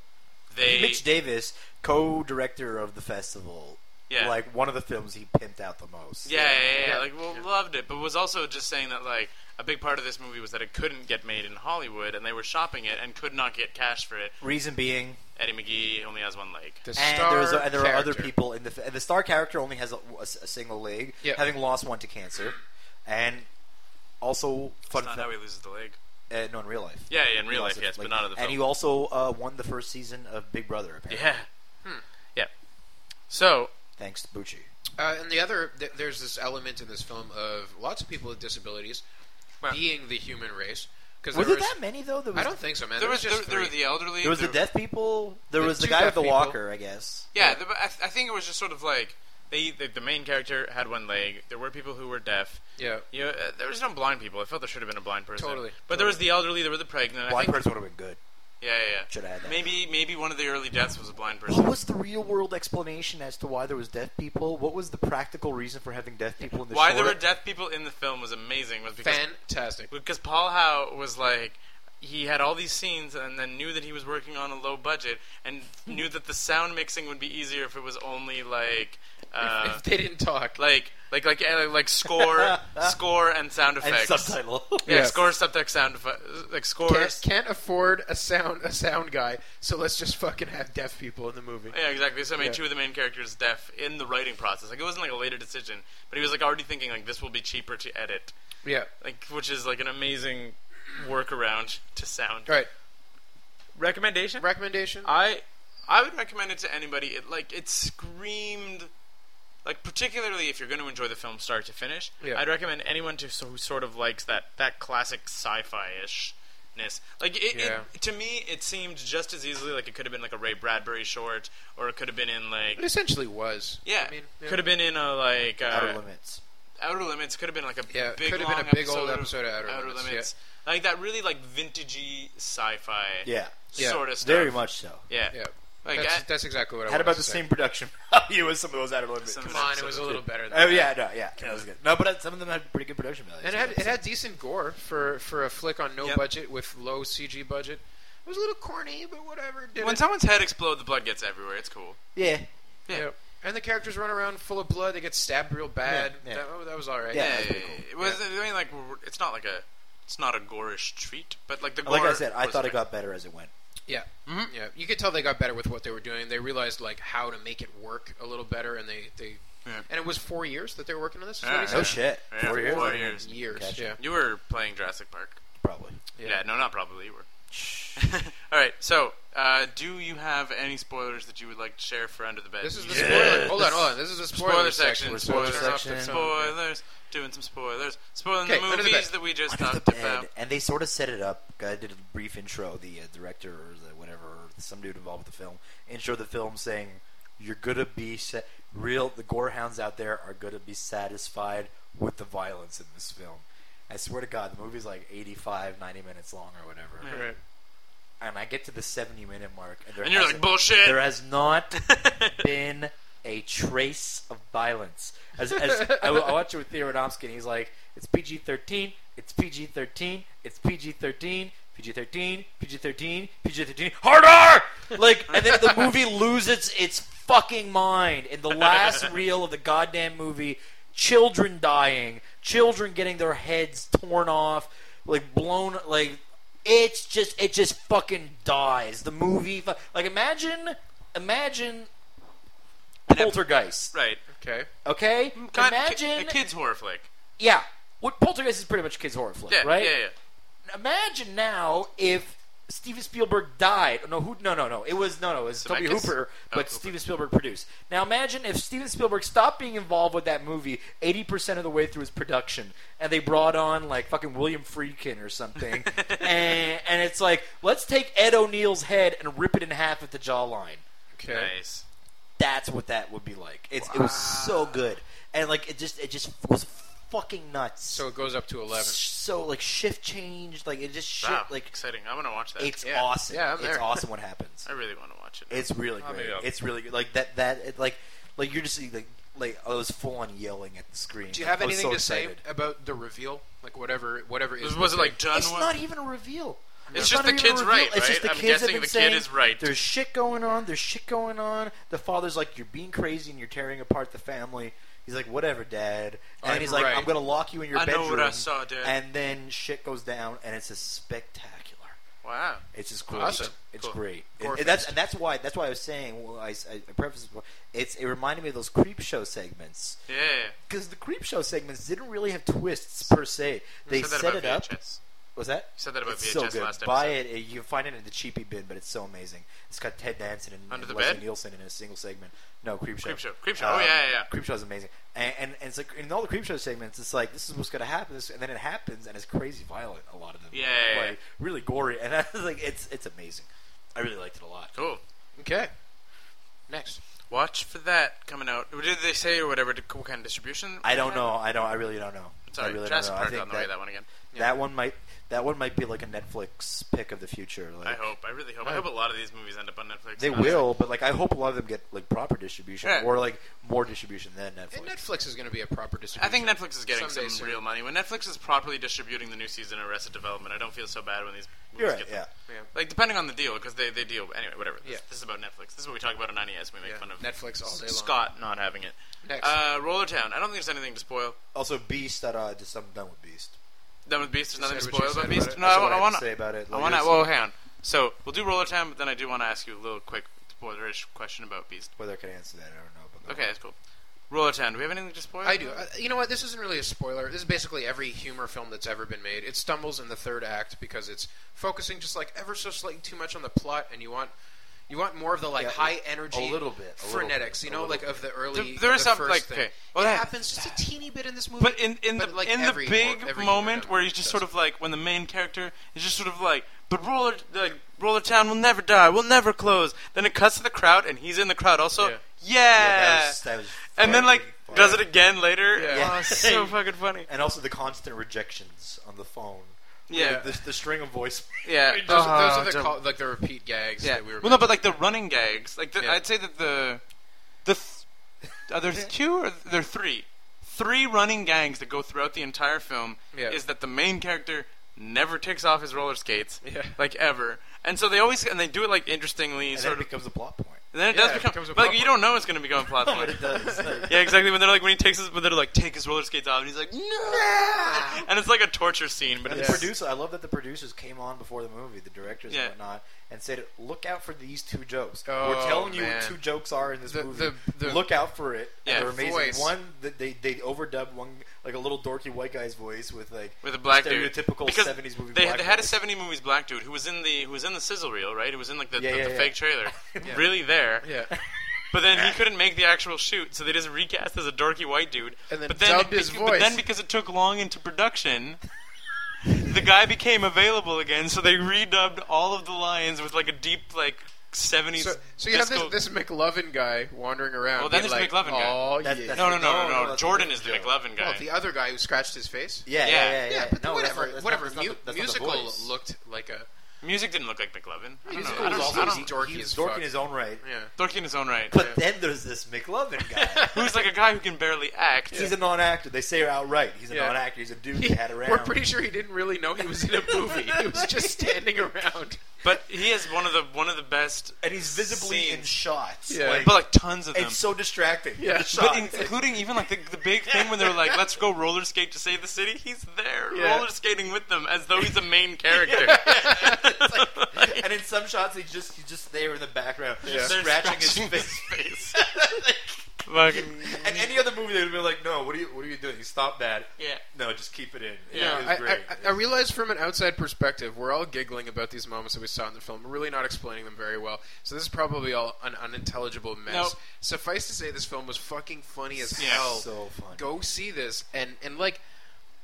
S1: they
S3: Mitch Davis, co-director of the festival,
S1: Yeah.
S3: like one of the films he pimped out the most.
S1: Yeah, yeah, yeah.
S2: Yeah.
S1: Like, well, loved it, but was also just saying that like a big part of this movie was that it couldn't get made in Hollywood, and they were shopping it and could not get cash for it.
S3: Reason being,
S1: Eddie McGee only has one leg.
S2: The
S3: and,
S2: star
S3: there's, and there are other
S2: character.
S3: people in the f- and the star character only has a, a s- a single leg,
S2: Yeah.
S3: having lost one to cancer, and also
S1: That's not
S3: fun fact,
S1: how he loses the leg.
S3: uh, no, in real life.
S1: Yeah, yeah, in
S3: He
S1: real
S3: lost
S1: life,
S3: it,
S1: yes, but
S3: like-
S1: not in the
S3: And he
S1: film.
S3: also uh, won the first season of Big Brother, apparently,
S1: Yeah.
S3: Hmm.
S1: Yeah. So
S3: thanks to Bucci.
S2: Uh, and the other, th- there's this element in this film of lots of people with disabilities
S1: Well-
S2: being the human race. Because
S3: Were there that many though? There was,
S2: I don't think so, man.
S1: there was there,
S2: just
S1: there were
S2: three.
S1: the elderly.
S3: There was the deaf people. There
S2: The
S3: was the
S2: two
S3: guy
S2: deaf
S3: with the
S2: people.
S3: walker, I guess.
S1: Yeah, the, I, I think it was just sort of like they the, the main character had one leg. There were people who were deaf.
S2: yeah.
S1: You know, uh, there was no blind people. I felt there should have been a blind person.
S2: Totally,
S1: But there was the elderly. There were the pregnant. I
S3: Black
S1: think
S3: person would have been good.
S1: Yeah, yeah. yeah.
S3: Should have had that.
S1: Maybe, maybe one of the early deaths was a blind person.
S3: What was the real world explanation as to why there was deaf people? What was the practical reason for having deaf people in the
S1: Why
S3: short?
S1: there were deaf people in the film was amazing. Was because
S2: Fantastic.
S1: because Paul Howe was like he had all these scenes and then knew that he was working on a low budget and knew that the sound mixing would be easier if it was only like. Uh,
S2: if they didn't talk,
S1: like like like eh, like, like score score and sound
S3: and
S1: effects
S3: subtitle.
S1: yeah
S2: Yes.
S1: score subtext sound effects like
S2: can't,
S1: scores
S2: can't afford a sound a sound guy, so let's just fucking have deaf people in the movie.
S1: Yeah, exactly. So I made
S2: Yeah.
S1: two of the main characters deaf in the writing process. Like it wasn't like a later decision, but he was like already thinking like this will be cheaper to edit,
S2: Yeah.
S1: like which is like an amazing workaround to sound.
S2: All right.
S1: Recommendation?
S2: Recommendation.
S1: I I would recommend it to anybody. It like it screamed like particularly if you're going to enjoy the film start to finish.
S2: Yeah.
S1: I'd recommend anyone to so, who sort of likes that that classic sci-fi ishness. Like it,
S2: Yeah.
S1: it to me, it seemed just as easily like it could have been like a Ray Bradbury short, or it could have been in like
S2: it essentially was.
S1: yeah,
S2: I mean,
S1: could have been in a like uh,
S3: Outer limits.
S1: Outer Limits. Could have been like a
S2: Yeah,
S1: big
S2: could have been
S1: long
S2: a big old
S1: episode
S2: episode of Outer Limits, yeah.
S1: Like that really like vintagey sci-fi
S3: Yeah,
S2: Yeah,
S1: sort of stuff.
S3: very much so.
S1: Yeah.
S2: Yeah.
S1: Like
S2: that's,
S1: I-
S2: that's exactly what I
S3: Had
S2: wanted
S3: about
S2: to
S3: the
S2: say.
S3: same production value as some of those outer limits.
S1: Some-
S2: Come on, it was a little better. Than
S3: Oh
S2: that.
S3: yeah, no, yeah, that was good. No, but uh, some of them had pretty good production value.
S2: And it had, it had decent gore for, for a flick on no
S1: Yep.
S2: budget with low CG budget. It was a little corny, but whatever. Did
S1: When
S2: it.
S1: someone's head explodes, the blood gets everywhere. It's cool.
S3: yeah,
S1: Yeah.
S2: Yep. And the characters run around full of blood. They get stabbed real bad.
S3: Yeah, yeah.
S2: That, oh, that was all right.
S3: Yeah.
S1: Yeah,
S3: that's pretty cool.
S1: It was. I mean, like we're- it's not like a. It's not a gorish treat, but like the gore
S3: like I said, I
S1: was
S3: thought
S1: like-
S3: it got better as it went.
S2: Yeah.
S1: Mhm.
S2: Yeah. You could tell they got better with what they were doing. They realized like how to make it work a little better, and they they
S1: Yeah.
S2: and it was four years that they were working on this. Is
S1: Yeah,
S2: what he
S1: yeah.
S2: said?
S3: No Oh, shit,
S1: Yeah,
S3: four years,
S1: four years.
S2: Years.
S3: Gotcha.
S2: Yeah.
S1: You were playing Jurassic Park.
S3: probably.
S1: Yeah.
S2: Yeah.
S1: no, not probably. You were. All right. So, uh, do you have any spoilers that you would like to share for Under the Bed?
S2: This is the
S1: Yeah.
S2: spoiler. Hold on, hold on. This is the spoiler,
S1: spoiler section.
S2: So
S1: Spoiler
S2: turn off the
S3: section.
S2: phone.
S1: spoilers. Doing some spoilers. Spoiling
S2: Okay,
S1: the
S2: under the
S1: movies
S2: bed.
S1: that we just
S3: Under
S1: talked
S3: the bed,
S1: about.
S3: and they sort of set it up. Guy did a brief intro. The uh, director or the whatever, or some dude involved with the film, intro the film saying, "You're gonna be sa- real. The gore hounds out there are gonna be satisfied with the violence in this film." I swear to God, the movie's like 85, 90 minutes long or whatever.
S2: Yeah. Right.
S3: And I get to the 70 minute mark, and, there
S1: And you're like
S3: hasn't-
S1: bullshit.
S3: There has not been a trace of violence. As, as I, I watched it with Theo Radomski, and he's like, "It's PG thirteen. It's PG thirteen. It's PG thirteen. PG thirteen. PG thirteen. PG thirteen. Harder!" Like, and then the movie loses its fucking mind in the last reel of the goddamn movie. Children dying. Children getting their heads torn off. Like blown. Like it's just it just fucking dies. The movie, fu- like imagine, imagine
S1: ep-
S3: Poltergeist.
S1: right.
S2: Okay.
S3: Okay,
S1: Kind-
S3: imagine,
S1: a kid's horror flick.
S3: yeah, what Poltergeist is pretty much a kids horror flick,
S1: Yeah,
S3: right?
S1: yeah, yeah.
S3: Imagine now if Steven Spielberg died. No, who? No, no, no. It was no, no. It was Toby
S1: Zemeckis?
S3: Hooper,
S1: Oh,
S3: but
S1: Hooper.
S3: Steven Spielberg produced. Now imagine if Steven Spielberg stopped being involved with that movie eighty percent of the way through his production, and they brought on like fucking William Friedkin or something, and, and it's like let's take Ed O'Neill's head and rip it in half at the jawline
S2: Okay.
S1: Nice.
S3: that's what that would be like. It's it was so good, and like it just it just was fucking nuts.
S2: So it goes up to eleven.
S3: so like shift changed, like it just shit,
S1: Wow,
S3: like
S1: exciting. I want to watch that.
S3: it's
S2: yeah.
S3: awesome.
S2: Yeah, I'm
S3: it's
S2: there.
S3: awesome what happens.
S1: I really want to watch it.
S3: It's really
S2: I'll
S3: great.
S2: be up.
S3: It's really good. Like that that it, like like you're just like like I was full on yelling at the screen.
S2: Do you have
S3: I was
S2: anything
S3: so
S2: to say
S3: excited.
S2: about the reveal? Like whatever, whatever is.
S1: was, was it
S2: the
S1: like
S2: thing.
S1: John?
S3: It's
S1: Wa-
S3: not e-, even a reveal.
S1: It's just
S3: not
S1: the
S3: even a
S1: kid's
S3: reveal.
S1: right,
S3: It's just
S1: right?
S3: the
S1: I'm
S3: kids have
S1: guessing
S3: been
S1: the kid
S3: saying,
S1: is right.
S3: There's shit going on. There's shit going on. The father's like, "You're being crazy and you're tearing apart the family." He's like, "Whatever, dad." And
S2: I'm
S3: he's
S2: right.
S3: like, "I'm gonna lock you in your
S1: I know
S3: bedroom."
S1: what I saw, Dad.
S3: And then shit goes down, and it's just spectacular.
S1: wow.
S3: It's just great.
S2: Awesome.
S3: It's
S1: Cool.
S3: great. It-
S2: Gore
S3: and that's and that's why that's why I was saying. Well, I, I preface before. It's it reminded me of those creep show segments
S1: Yeah.
S3: because the creep show segments didn't really have twists per se. They
S1: You said that
S3: set
S1: about
S3: it up.
S1: VHS.
S3: Was that?
S1: said that about
S3: it's
S1: VHS
S3: so good.
S1: last
S3: Buy
S1: episode.
S3: it. Uh, You can find it in the cheapy bin, but it's so amazing. It's got Ted Danson and,
S1: Under
S3: and
S1: the
S3: Leslie
S1: Bed?
S3: Nielsen in a single segment. No, Creepshow.
S1: Creepshow. Creepshow. Oh, yeah, yeah, yeah.
S3: Creepshow is amazing. And, and, and it's like in all the Creepshow segments, it's like this is what's going to happen, this, and then it happens, and it's crazy violent. A lot of them.
S1: Yeah, yeah,
S3: Like
S1: yeah.
S3: really gory, and I was like, it's it's amazing. I really liked it a lot.
S1: Cool.
S2: Okay. Next.
S1: Watch for that coming out. What did they say or whatever? What kind of distribution?
S3: I don't know. I don't. I really don't know.
S1: Sorry,
S3: I really
S1: Jurassic
S3: don't
S1: Park
S3: know. I
S1: on
S3: think
S1: the way. That one again.
S3: that one might that one might be like a Netflix pick of the future. Like,
S1: I hope. I really hope. I hope a lot of these movies end up on Netflix.
S3: They will, but like I hope a lot of them get like proper distribution
S1: Yeah.
S3: or like more distribution than
S2: And
S3: Netflix.
S2: Netflix is going to be a proper distribution.
S1: I think Netflix is getting
S2: Someday
S1: some
S2: soon.
S1: real money. When Netflix is properly distributing the new season of Arrested Development, I don't feel so bad when these movies
S3: You're right.
S1: get
S3: Yeah.
S1: them.
S2: Yeah.
S1: Like depending on the deal, because they, they deal anyway. Whatever. This,
S2: Yeah.
S1: this is about Netflix. This is what we talk about on 90s. We make
S2: Yeah,
S1: fun of
S2: Netflix all day long.
S1: Scott not having it.
S2: Next.
S1: Uh, Roller Town. I don't think there's anything to spoil.
S3: Also, Beast. That uh, just I'm done with Beast.
S1: Done with Beast. There's nothing to
S2: said what you
S1: spoil about
S2: said about
S1: Beast.
S2: it.
S1: No,
S3: That's
S1: I,
S3: all I have to
S1: want to
S3: say about it.
S1: I
S3: Like,
S1: want to.
S3: it's-
S1: Well, hang on. So we'll do Roller Town, but then I do want to ask you a little quick spoilerish question about Beast.
S3: Whether I can answer that, I don't know. But
S1: Okay, that's cool. Roller Town. Do we have anything to spoil?
S2: I do. Uh, You know what? This isn't really a spoiler. This is basically every humor film that's ever been made. It stumbles in the third act because it's focusing just like ever so slightly too much on the plot, and you want you want more of the like
S3: Yeah,
S2: high energy,
S3: a little bit, a little
S2: frenetics.
S3: bit,
S2: you
S3: a
S2: know,
S3: little
S2: like of the early.
S1: There- there is
S2: the
S1: some,
S2: first
S1: like,
S2: thing.
S1: okay. Well,
S2: it
S1: that-
S2: happens just a teeny bit in this movie.
S1: But in in the
S2: but, like,
S1: in the
S2: every
S1: big
S2: hor- every
S1: moment
S2: horror
S1: where
S2: film
S1: you just
S2: does.
S1: sort of like when the main character is just sort of like, but Roller like Roller Town will never die, will never close. Then it cuts to the crowd and he's in the crowd also. Yeah.
S3: that was, that was
S1: and then like
S3: fucking
S1: does it
S3: funny.
S1: again later.
S2: Yeah.
S1: Oh, it's so fucking funny.
S3: And also the constant rejections on the phone.
S1: Yeah.
S3: The, the, the string of voice.
S1: Yeah.
S2: Those,
S1: Oh,
S2: those are the
S1: dumb.
S2: call, like the repeat gags
S1: Yeah.
S2: that we were.
S1: well, no, but like the running gags. Like the,
S2: Yeah.
S1: I'd say that the the th- are there two or there are three three running gags that go throughout the entire film
S2: Yeah.
S1: is that the main character never takes off his roller skates
S2: Yeah.
S1: like ever. And so they always and they do it like interestingly
S3: And then
S1: sort
S3: it
S1: of
S3: becomes a plot point.
S1: and then it
S2: yeah,
S1: does
S2: it
S1: become
S2: becomes a
S1: but, like
S2: plot
S1: you don't know it's going to become a plot
S3: but
S1: point.
S3: it does. Like,
S1: Yeah, exactly. When they're like when he takes his, when they're like take his roller skates off, and he's like, no, and it's like a torture scene. But
S3: And
S1: it's
S3: the producer, I love that the producers came on before the movie, the directors
S1: Yeah.
S3: and whatnot, and said, "Look out for these two jokes. We're
S2: Oh,
S3: telling you
S1: man.
S3: what two jokes are in this
S2: The-
S3: movie.
S2: the- the-
S3: Look out for it.
S1: Yeah,
S3: and they're amazing.
S2: voice.
S3: One, that they they overdubbed one like a little dorky white guy's voice with like
S1: with a black dude.
S3: stereotypical
S1: because
S3: '70s movie.
S1: They,
S3: black
S1: they had a
S3: voice.
S1: '70s movies black dude who was in the who was in the sizzle reel, right? It was in like the,
S3: Yeah,
S1: the,
S3: yeah,
S1: the
S3: yeah.
S1: fake trailer, really there.
S2: Yeah.
S1: But then he couldn't make the actual shoot, so they just recast as a dorky white dude.
S2: And then
S1: but then
S2: dubbed
S1: bec-
S2: his
S1: But then
S2: voice.
S1: because it took long into production. The guy became available again, so they redubbed all of the lines with like a deep, like '70s.
S2: So, so you have
S1: disco-
S2: this, this McLovin guy wandering around.
S1: Well, then
S2: being
S1: there's
S2: like,
S1: McLovin guy.
S2: Oh,
S3: That's-
S2: yeah.
S3: that's-
S1: no, no, no, no,
S3: No, no,
S1: no.
S3: that's
S1: Jordan
S3: the
S1: is the
S3: joke.
S1: McLovin guy.
S2: Well, the other guy who scratched his face.
S3: Yeah, yeah,
S1: Yeah.
S3: yeah. yeah,
S2: Yeah, but
S3: no, that's
S2: whatever,
S3: not- that's
S2: whatever
S3: Not, that's
S2: mu-
S3: not, the- that's not the
S2: musical
S3: voice.
S2: looked like a.
S1: Music didn't look like McLovin. I don't know.
S2: Music
S1: I don't,
S2: was
S1: I
S2: always
S1: don't,
S2: dorky
S3: He was
S2: as
S3: dorky
S2: fuck.
S3: in his own right.
S2: Yeah.
S1: dorky in his own right.
S3: But then there's this McLovin guy.
S1: Who's like a guy who can barely act.
S3: He's a non-actor. They say outright. He's a
S2: Yeah.
S3: non-actor. He's a dude they had around.
S2: We're pretty sure he didn't really know he was in a movie. he was just standing around.
S1: But he is one of the one of the best,
S3: and he's visibly in
S1: scenes.
S3: shots.
S2: Yeah.
S3: Like,
S1: but like tons of them.
S3: it's so distracting.
S2: Yeah.
S3: The
S1: but
S3: shots.
S1: in, including even like the, the big thing when they're like, "Let's go roller skate to save the city." He's there
S2: Yeah.
S1: roller skating with them as though he's a main character.
S3: and in some shots, he's just he's just there in the background,
S2: Yeah.
S3: scratching his face.
S1: face. Fucking
S3: and any other movie, they'd be like, "No, what are you? What are you doing? You stop that.
S4: Yeah.
S3: No, just keep it in.
S4: Yeah.
S2: I,
S3: it was
S2: I,
S3: great.
S2: I- I realize from an outside perspective, we're all giggling about these moments that we saw in the film. We're really not explaining them very well. So this is probably all an unintelligible mess.
S1: Nope.
S2: Suffice to say, this film was fucking funny as
S4: Yeah.
S2: hell.
S3: so fun.
S2: Go see this, and and like,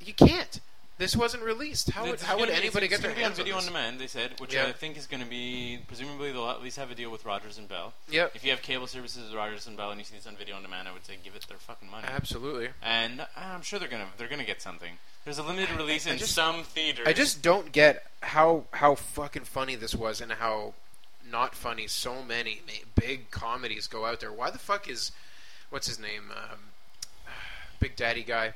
S2: you can't. This wasn't released. How would
S1: It's
S2: how would
S1: gonna be-
S2: anybody
S1: it's,
S2: get their
S1: it's gonna be
S2: hands
S1: on video
S2: on
S1: on,
S2: this?
S1: demand? They said, which
S2: Yeah.
S1: I think is going to be presumably they'll at least have a deal with Rogers and Bell.
S2: Yep.
S1: If you have cable services with Rogers and Bell and you see this on video on demand, I would say give it their fucking money.
S2: Absolutely.
S1: and I'm sure they're gonna they're gonna get something. There's a limited release
S2: I
S1: in
S2: just-
S1: some theaters.
S2: I just don't get how how fucking funny this was and how not funny so many ma- big comedies go out there. Why the fuck is what's his name, um, Big Daddy guy,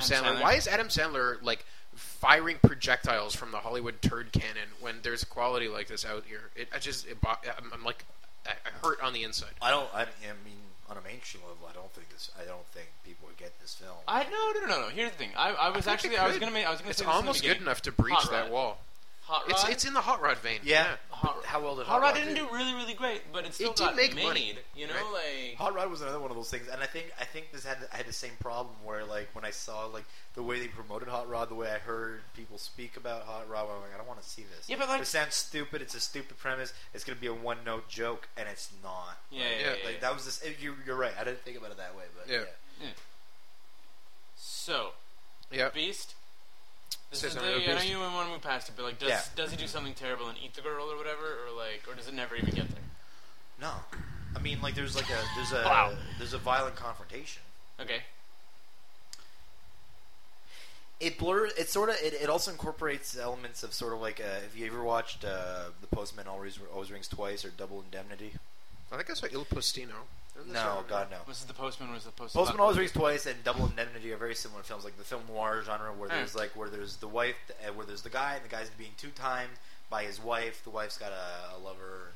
S1: Adam
S2: Sandler.
S1: Sandler.
S2: Why is Adam Sandler like firing projectiles from the Hollywood turd cannon when there's quality like this out here? It I just it, bo- I'm, I'm like I I hurt on the inside.
S3: I don't. I, I mean, on a mainstream level, I don't think this. I don't think people would get this film.
S1: I no no no no. Here's the thing. I, I was
S2: think
S1: actually
S2: they
S1: I was
S2: could.
S1: gonna make I was gonna
S2: It's
S1: say this in the
S2: almost good
S1: beginning.
S2: enough to breach
S1: Hot
S2: that
S1: Rod.
S2: wall.
S1: Hot
S2: It's
S1: Rod?
S2: it's in the hot rod vein.
S3: Yeah.
S1: Hot Rod.
S3: How well did
S1: Hot Rod
S3: do?
S1: didn't do really really great, but it still
S2: did
S1: got
S2: make
S1: made.
S2: money,
S1: You know,
S2: right?
S1: like
S3: Hot Rod was another one of those things, and I think I think this had I had the same problem where like when I saw like the way they promoted Hot Rod, the way I heard people speak about Hot Rod, I'm like, I don't want to see this.
S1: Yeah, but, like-
S3: it sounds stupid. It's a stupid premise. It's gonna be a one note joke, and it's not.
S1: yeah yeah,
S3: Like,
S2: Yeah,
S1: yeah, yeah.
S3: like, that was this. You, you're right. I didn't think about it that way, but
S2: Yeah.
S3: yeah.
S1: So
S2: Yeah.
S1: Beast. This
S2: Says
S1: is the,
S2: something about
S1: I know
S2: Beast.
S1: you want to move past it, but like, does
S3: Yeah.
S1: does he do something terrible and eat the girl or whatever, or like, or does it never even get there?
S3: No, I mean like there's like a there's a
S1: Wow.
S3: there's a violent confrontation.
S1: Okay.
S3: it blurs it sort of it, it also incorporates elements of sort of like uh, if you ever watched uh, the postman always always rings twice or double indemnity
S2: I think I saw Il Postino.
S3: no god no
S1: This is the postman. Was the postman?
S3: postman always rings twice and double indemnity are very similar films like the film noir genre where there's
S1: Hmm.
S3: like where there's the wife uh, where there's the guy and the guy's being two timed by his wife the wife's got a, a lover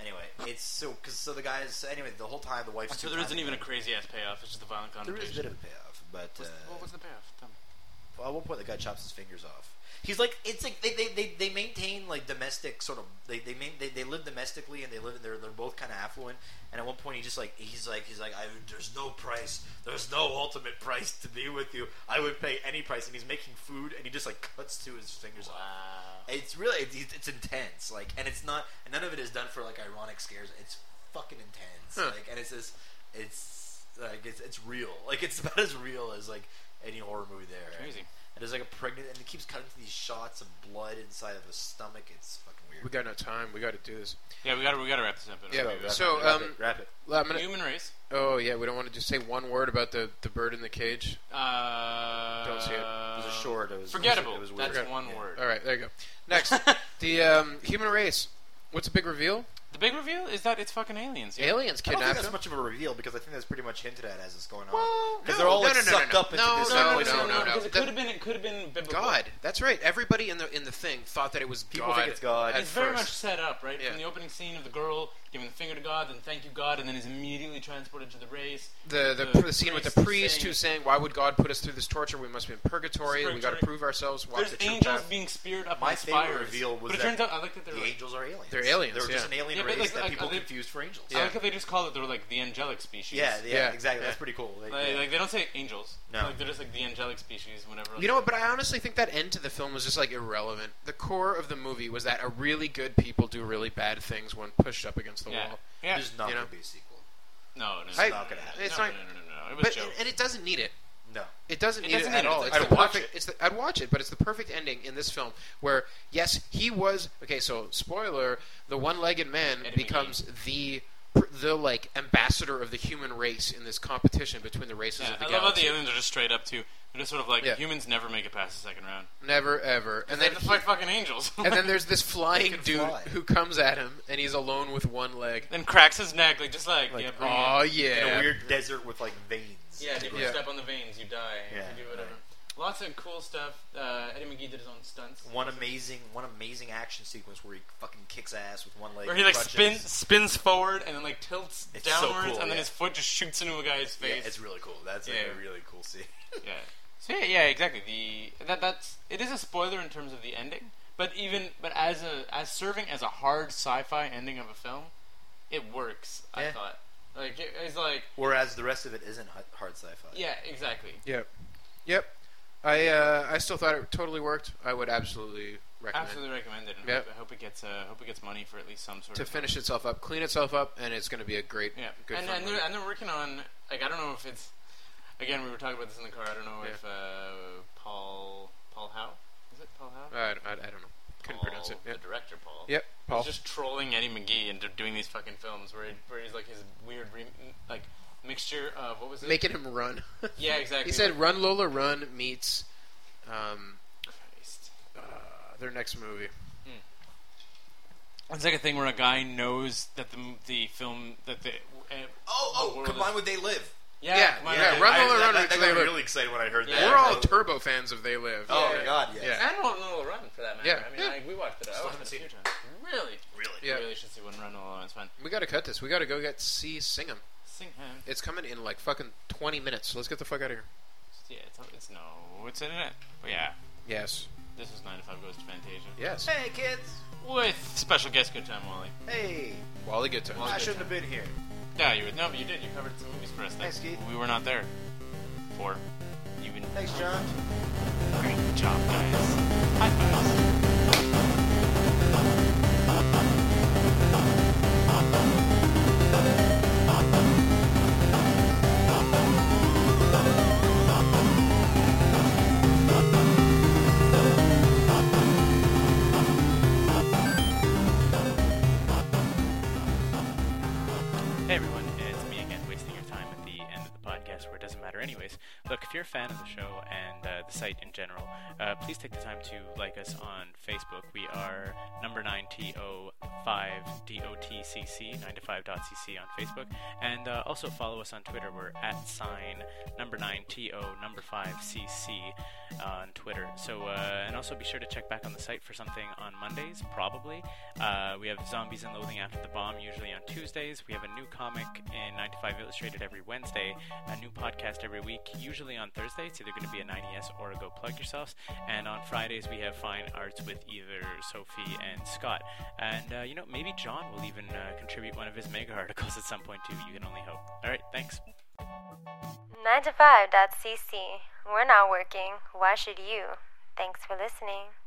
S3: anyway it's so because so the guy's so anyway the whole time the wife's
S1: So there
S3: two-timing
S1: isn't even a
S3: him.
S1: crazy ass payoff. It's just a violent
S3: there
S1: confrontation.
S3: is a bit of a payoff but
S1: What's-
S3: uh,
S1: what was the payoff? Tell me.
S3: at one point the guy chops his fingers off. He's like it's like they, they, they, they maintain like domestic sort of they they, main, they they live domestically and they live they're they're both kind of affluent and at one point he just like he's like he's like I, there's no price there's no ultimate price to be with you I would pay any price and he's making food and he just like cuts to his fingers off. It's really it's, it's- it's intense like and it's not and none of it is done for like ironic scares it's fucking intense
S2: Huh.
S3: like and it's this it's like it's it's real like it's about as real as like any horror movie there
S1: Crazy.
S3: and there's like a pregnant, and it keeps cutting to these shots of blood inside of a stomach. It's fucking weird.
S2: We got no time. We got to do this.
S1: Yeah, we gotta we gotta wrap this up.
S2: Yeah.
S3: wrap
S2: So,
S3: it, wrap
S2: um,
S3: it, wrap it.
S2: Well, I'm gonna-
S1: Human race.
S2: oh yeah, we don't want to just say one word about the, the bird in the cage.
S1: Uh,
S2: Don't see it. It
S3: It was a short. It was
S1: Forgettable.
S3: It was weird.
S1: That's one word.
S2: All right, there you go. Next, the um, human race. What's a big reveal?
S1: The big reveal is that it's fucking aliens. Yeah.
S2: Aliens
S3: I don't think
S2: kidnapped
S3: that's
S2: him.
S3: much of a reveal because I think that's pretty much hinted at as it's going on.
S2: Well,
S3: Because
S2: no,
S3: they're all
S2: no,
S3: like,
S2: no, no,
S3: sucked
S2: no,
S3: up into
S1: Oh,
S2: no,
S3: this.
S2: no,
S3: like,
S2: no, no, no.
S1: Because it
S2: That-
S1: could have been it could have been biblical.
S2: God, that's right. Everybody in the in the thing thought that it was
S3: People
S2: God.
S3: think it's God.
S2: at
S1: It's very
S2: first.
S1: much set up, right?
S2: Yeah.
S1: From the opening scene of the girl giving the finger to God, then thank you God, and then is immediately transported to the race.
S2: the the,
S1: the
S2: the scene with the
S1: priest
S2: priest
S1: saying-
S2: who's saying, "Why would God put us through this torture? We must be in purgatory. We got to
S1: Purgatory.
S2: prove ourselves." Walk
S1: There's
S2: the true
S1: angels
S2: path."
S1: being speared up
S3: My
S1: on
S3: favorite
S1: spires.
S3: reveal was
S1: but it
S3: that
S1: turns out I like that they're
S3: The
S1: like,
S3: angels are aliens.
S2: They're aliens,
S3: They're just
S2: yeah.
S3: an alien
S1: Yeah, but,
S3: race
S1: like,
S3: that
S1: like,
S3: people
S1: are they-
S3: confused for angels. Oh,
S1: I
S2: Yeah.
S1: like that they just call it they're like the angelic species.
S3: yeah,
S2: Yeah.
S3: yeah, exactly. That's
S2: Yeah.
S3: pretty cool. Like,
S1: Like,
S3: yeah.
S1: like, they don't say angels.
S3: No.
S1: Like they're just like the angelic species. Whenever
S2: You know what? But I honestly think that end to the film was just like irrelevant. The core of the movie was that a really good people do really bad things when pushed up against the
S1: yeah.
S2: wall.
S1: Yeah.
S3: There's not
S2: You know?
S3: gonna be a sequel.
S1: no, no, no,
S2: I-
S1: no,
S3: not gonna happen.
S2: It's
S1: no,
S2: not.
S1: no, no, no, no. It was
S2: But
S1: joke.
S2: and it doesn't need it.
S3: No.
S2: It doesn't
S1: It
S2: need
S1: doesn't
S2: it at
S1: need it.
S2: all.
S1: It's
S2: It's
S1: like-
S2: the
S1: I'd watch
S2: perfect.
S1: it.
S2: It's the, I'd watch it, but it's the perfect ending in this film where yes, he was okay. So spoiler: the one-legged man
S1: Enemy.
S2: becomes the the like ambassador of the human race in this competition between the races
S1: yeah,
S2: of the
S1: I love how
S2: galaxy.
S1: the aliens are just straight up too. They're just sort of like
S2: Yeah.
S1: humans never make it past the second round.
S2: Never ever. And then
S1: they have to
S2: he-
S1: fight fucking angels.
S2: and then there's this flying
S3: can
S2: dude
S3: fly.
S2: who comes at him, and he's alone with one leg.
S1: Then cracks his neck like just like,
S3: Like,
S1: yeah, bring it.
S2: Oh
S3: In
S2: yeah.
S3: a weird desert with like veins.
S1: Yeah, if you
S2: Yeah.
S1: step on the veins, you die.
S3: Yeah,
S1: You do whatever.
S3: right.
S1: Lots of cool stuff. Uh, Eddie McGee did his own stunts.
S3: one amazing one amazing action sequence where he fucking kicks ass with one leg.
S1: Where he like
S3: crutches.
S1: spins spins forward and then like tilts
S3: It's so
S1: downwards
S3: cool,
S1: and then
S3: yeah.
S1: his foot just shoots into a guy's
S3: Yeah,
S1: face.
S3: it's really cool. That's like,
S1: Yeah.
S3: a really cool scene.
S1: Yeah. So yeah, yeah, exactly. The that that's it is a spoiler in terms of the ending, but even but as a as serving as a hard sci-fi ending of a film, it works. I
S3: Yeah.
S1: thought. Like it- it's like
S3: Whereas the rest of it isn't hu- hard sci-fi.
S1: yeah, exactly.
S2: Yep. Yep. I uh, I still thought it totally worked. I would absolutely recommend
S1: Absolutely recommend it. and
S2: Yep.
S1: hope- I hope it gets uh, hope it gets money for at least some sort
S2: to
S1: of
S2: finish itself up, clean itself up, and it's going to be a great,
S1: Yeah,
S2: good
S1: and,
S2: fun
S1: and,
S2: movie.
S1: they're, and they're working on like I don't know if it's again we were talking about this in the car. I don't know
S2: Yeah.
S1: if uh, Paul Paul Howe is it Paul Howe?
S2: I, I, I don't know. Uh, Couldn't
S1: Paul,
S2: pronounce it. Yep.
S1: Oh, The director Paul.
S2: Yep. Paul.
S1: He's just trolling Eddie McGee into doing these fucking films where, he, where he's like his weird re- like mixture of what was it?
S2: Making him run.
S1: yeah, exactly.
S2: he said, "Run, Lola, run." Meets um,
S1: Christ.
S2: uh, their next movie.
S1: It's like a thing where a guy knows that the the film that the uh,
S3: Oh,
S1: The
S3: oh,
S1: world
S3: combined
S1: is-
S3: with They Live.
S1: yeah
S2: Yeah,
S1: my-
S2: yeah, Run Lola,
S3: I- that-
S2: Run
S3: that-
S2: with
S3: that
S2: They
S3: got me
S2: Live.
S3: really excited when I heard
S1: Yeah.
S3: that.
S2: We're all turbo fans of They Live.
S3: Oh
S2: yeah.
S3: my god, yes.
S2: Yeah.
S1: and Run Lola Run for that matter.
S2: Yeah.
S1: I mean,
S2: Yeah.
S1: like, we watched it. I watched it a few times. Really,
S3: Really?
S2: Yeah.
S1: really should see one Run Lola. Run. It's fun.
S2: We got to cut this. We got to go get C Singham.
S1: Sing him.
S2: It's coming in like fucking 20 minutes. Let's get the fuck out of here.
S1: Yeah, it's, it's no, it's in it. But yeah,
S2: Yes.
S1: this is 95 Goes to Fantasia.
S2: Yes.
S3: Hey kids.
S1: With special guest Good Time Wally.
S3: Hey.
S2: Wally, good time.
S1: Wally.
S3: I shouldn't have been here.
S1: Yeah, you were, no, but you did. You covered some movies for us. that
S3: Thanks, Keith.
S1: We were not there for. You can
S3: Thanks, John.
S1: great job, guys. High fives. Hey everyone, it's me again, wasting your time at the end of the podcast where it doesn't matter, anyways. Look, if you're a fan of the show and uh, the site in general, uh, please take the time to like us on Facebook. We are number 9TO5DOTCC, 9to5.cc on Facebook, and uh, also follow us on Twitter. We're at sign number 9TO number 5CC on Twitter. So, uh, and also be sure to check back on the site for something on Mondays, probably. Uh, we have Zombies and Loathing After the Bomb usually on Tuesdays. We have a new comic in 9 to 5 Illustrated every Wednesday, a new podcast every week, usually on Thursday. It's either going to be a 90s or a Go Plug Yourselves. And on Fridays, we have Fine Arts with either Sophie and Scott. And, uh, you know, maybe John will even uh, contribute one of his mega articles at some point, too. You can only hope. All right, thanks.
S5: 9to5.cc. We're not working. Why should you? Thanks for listening.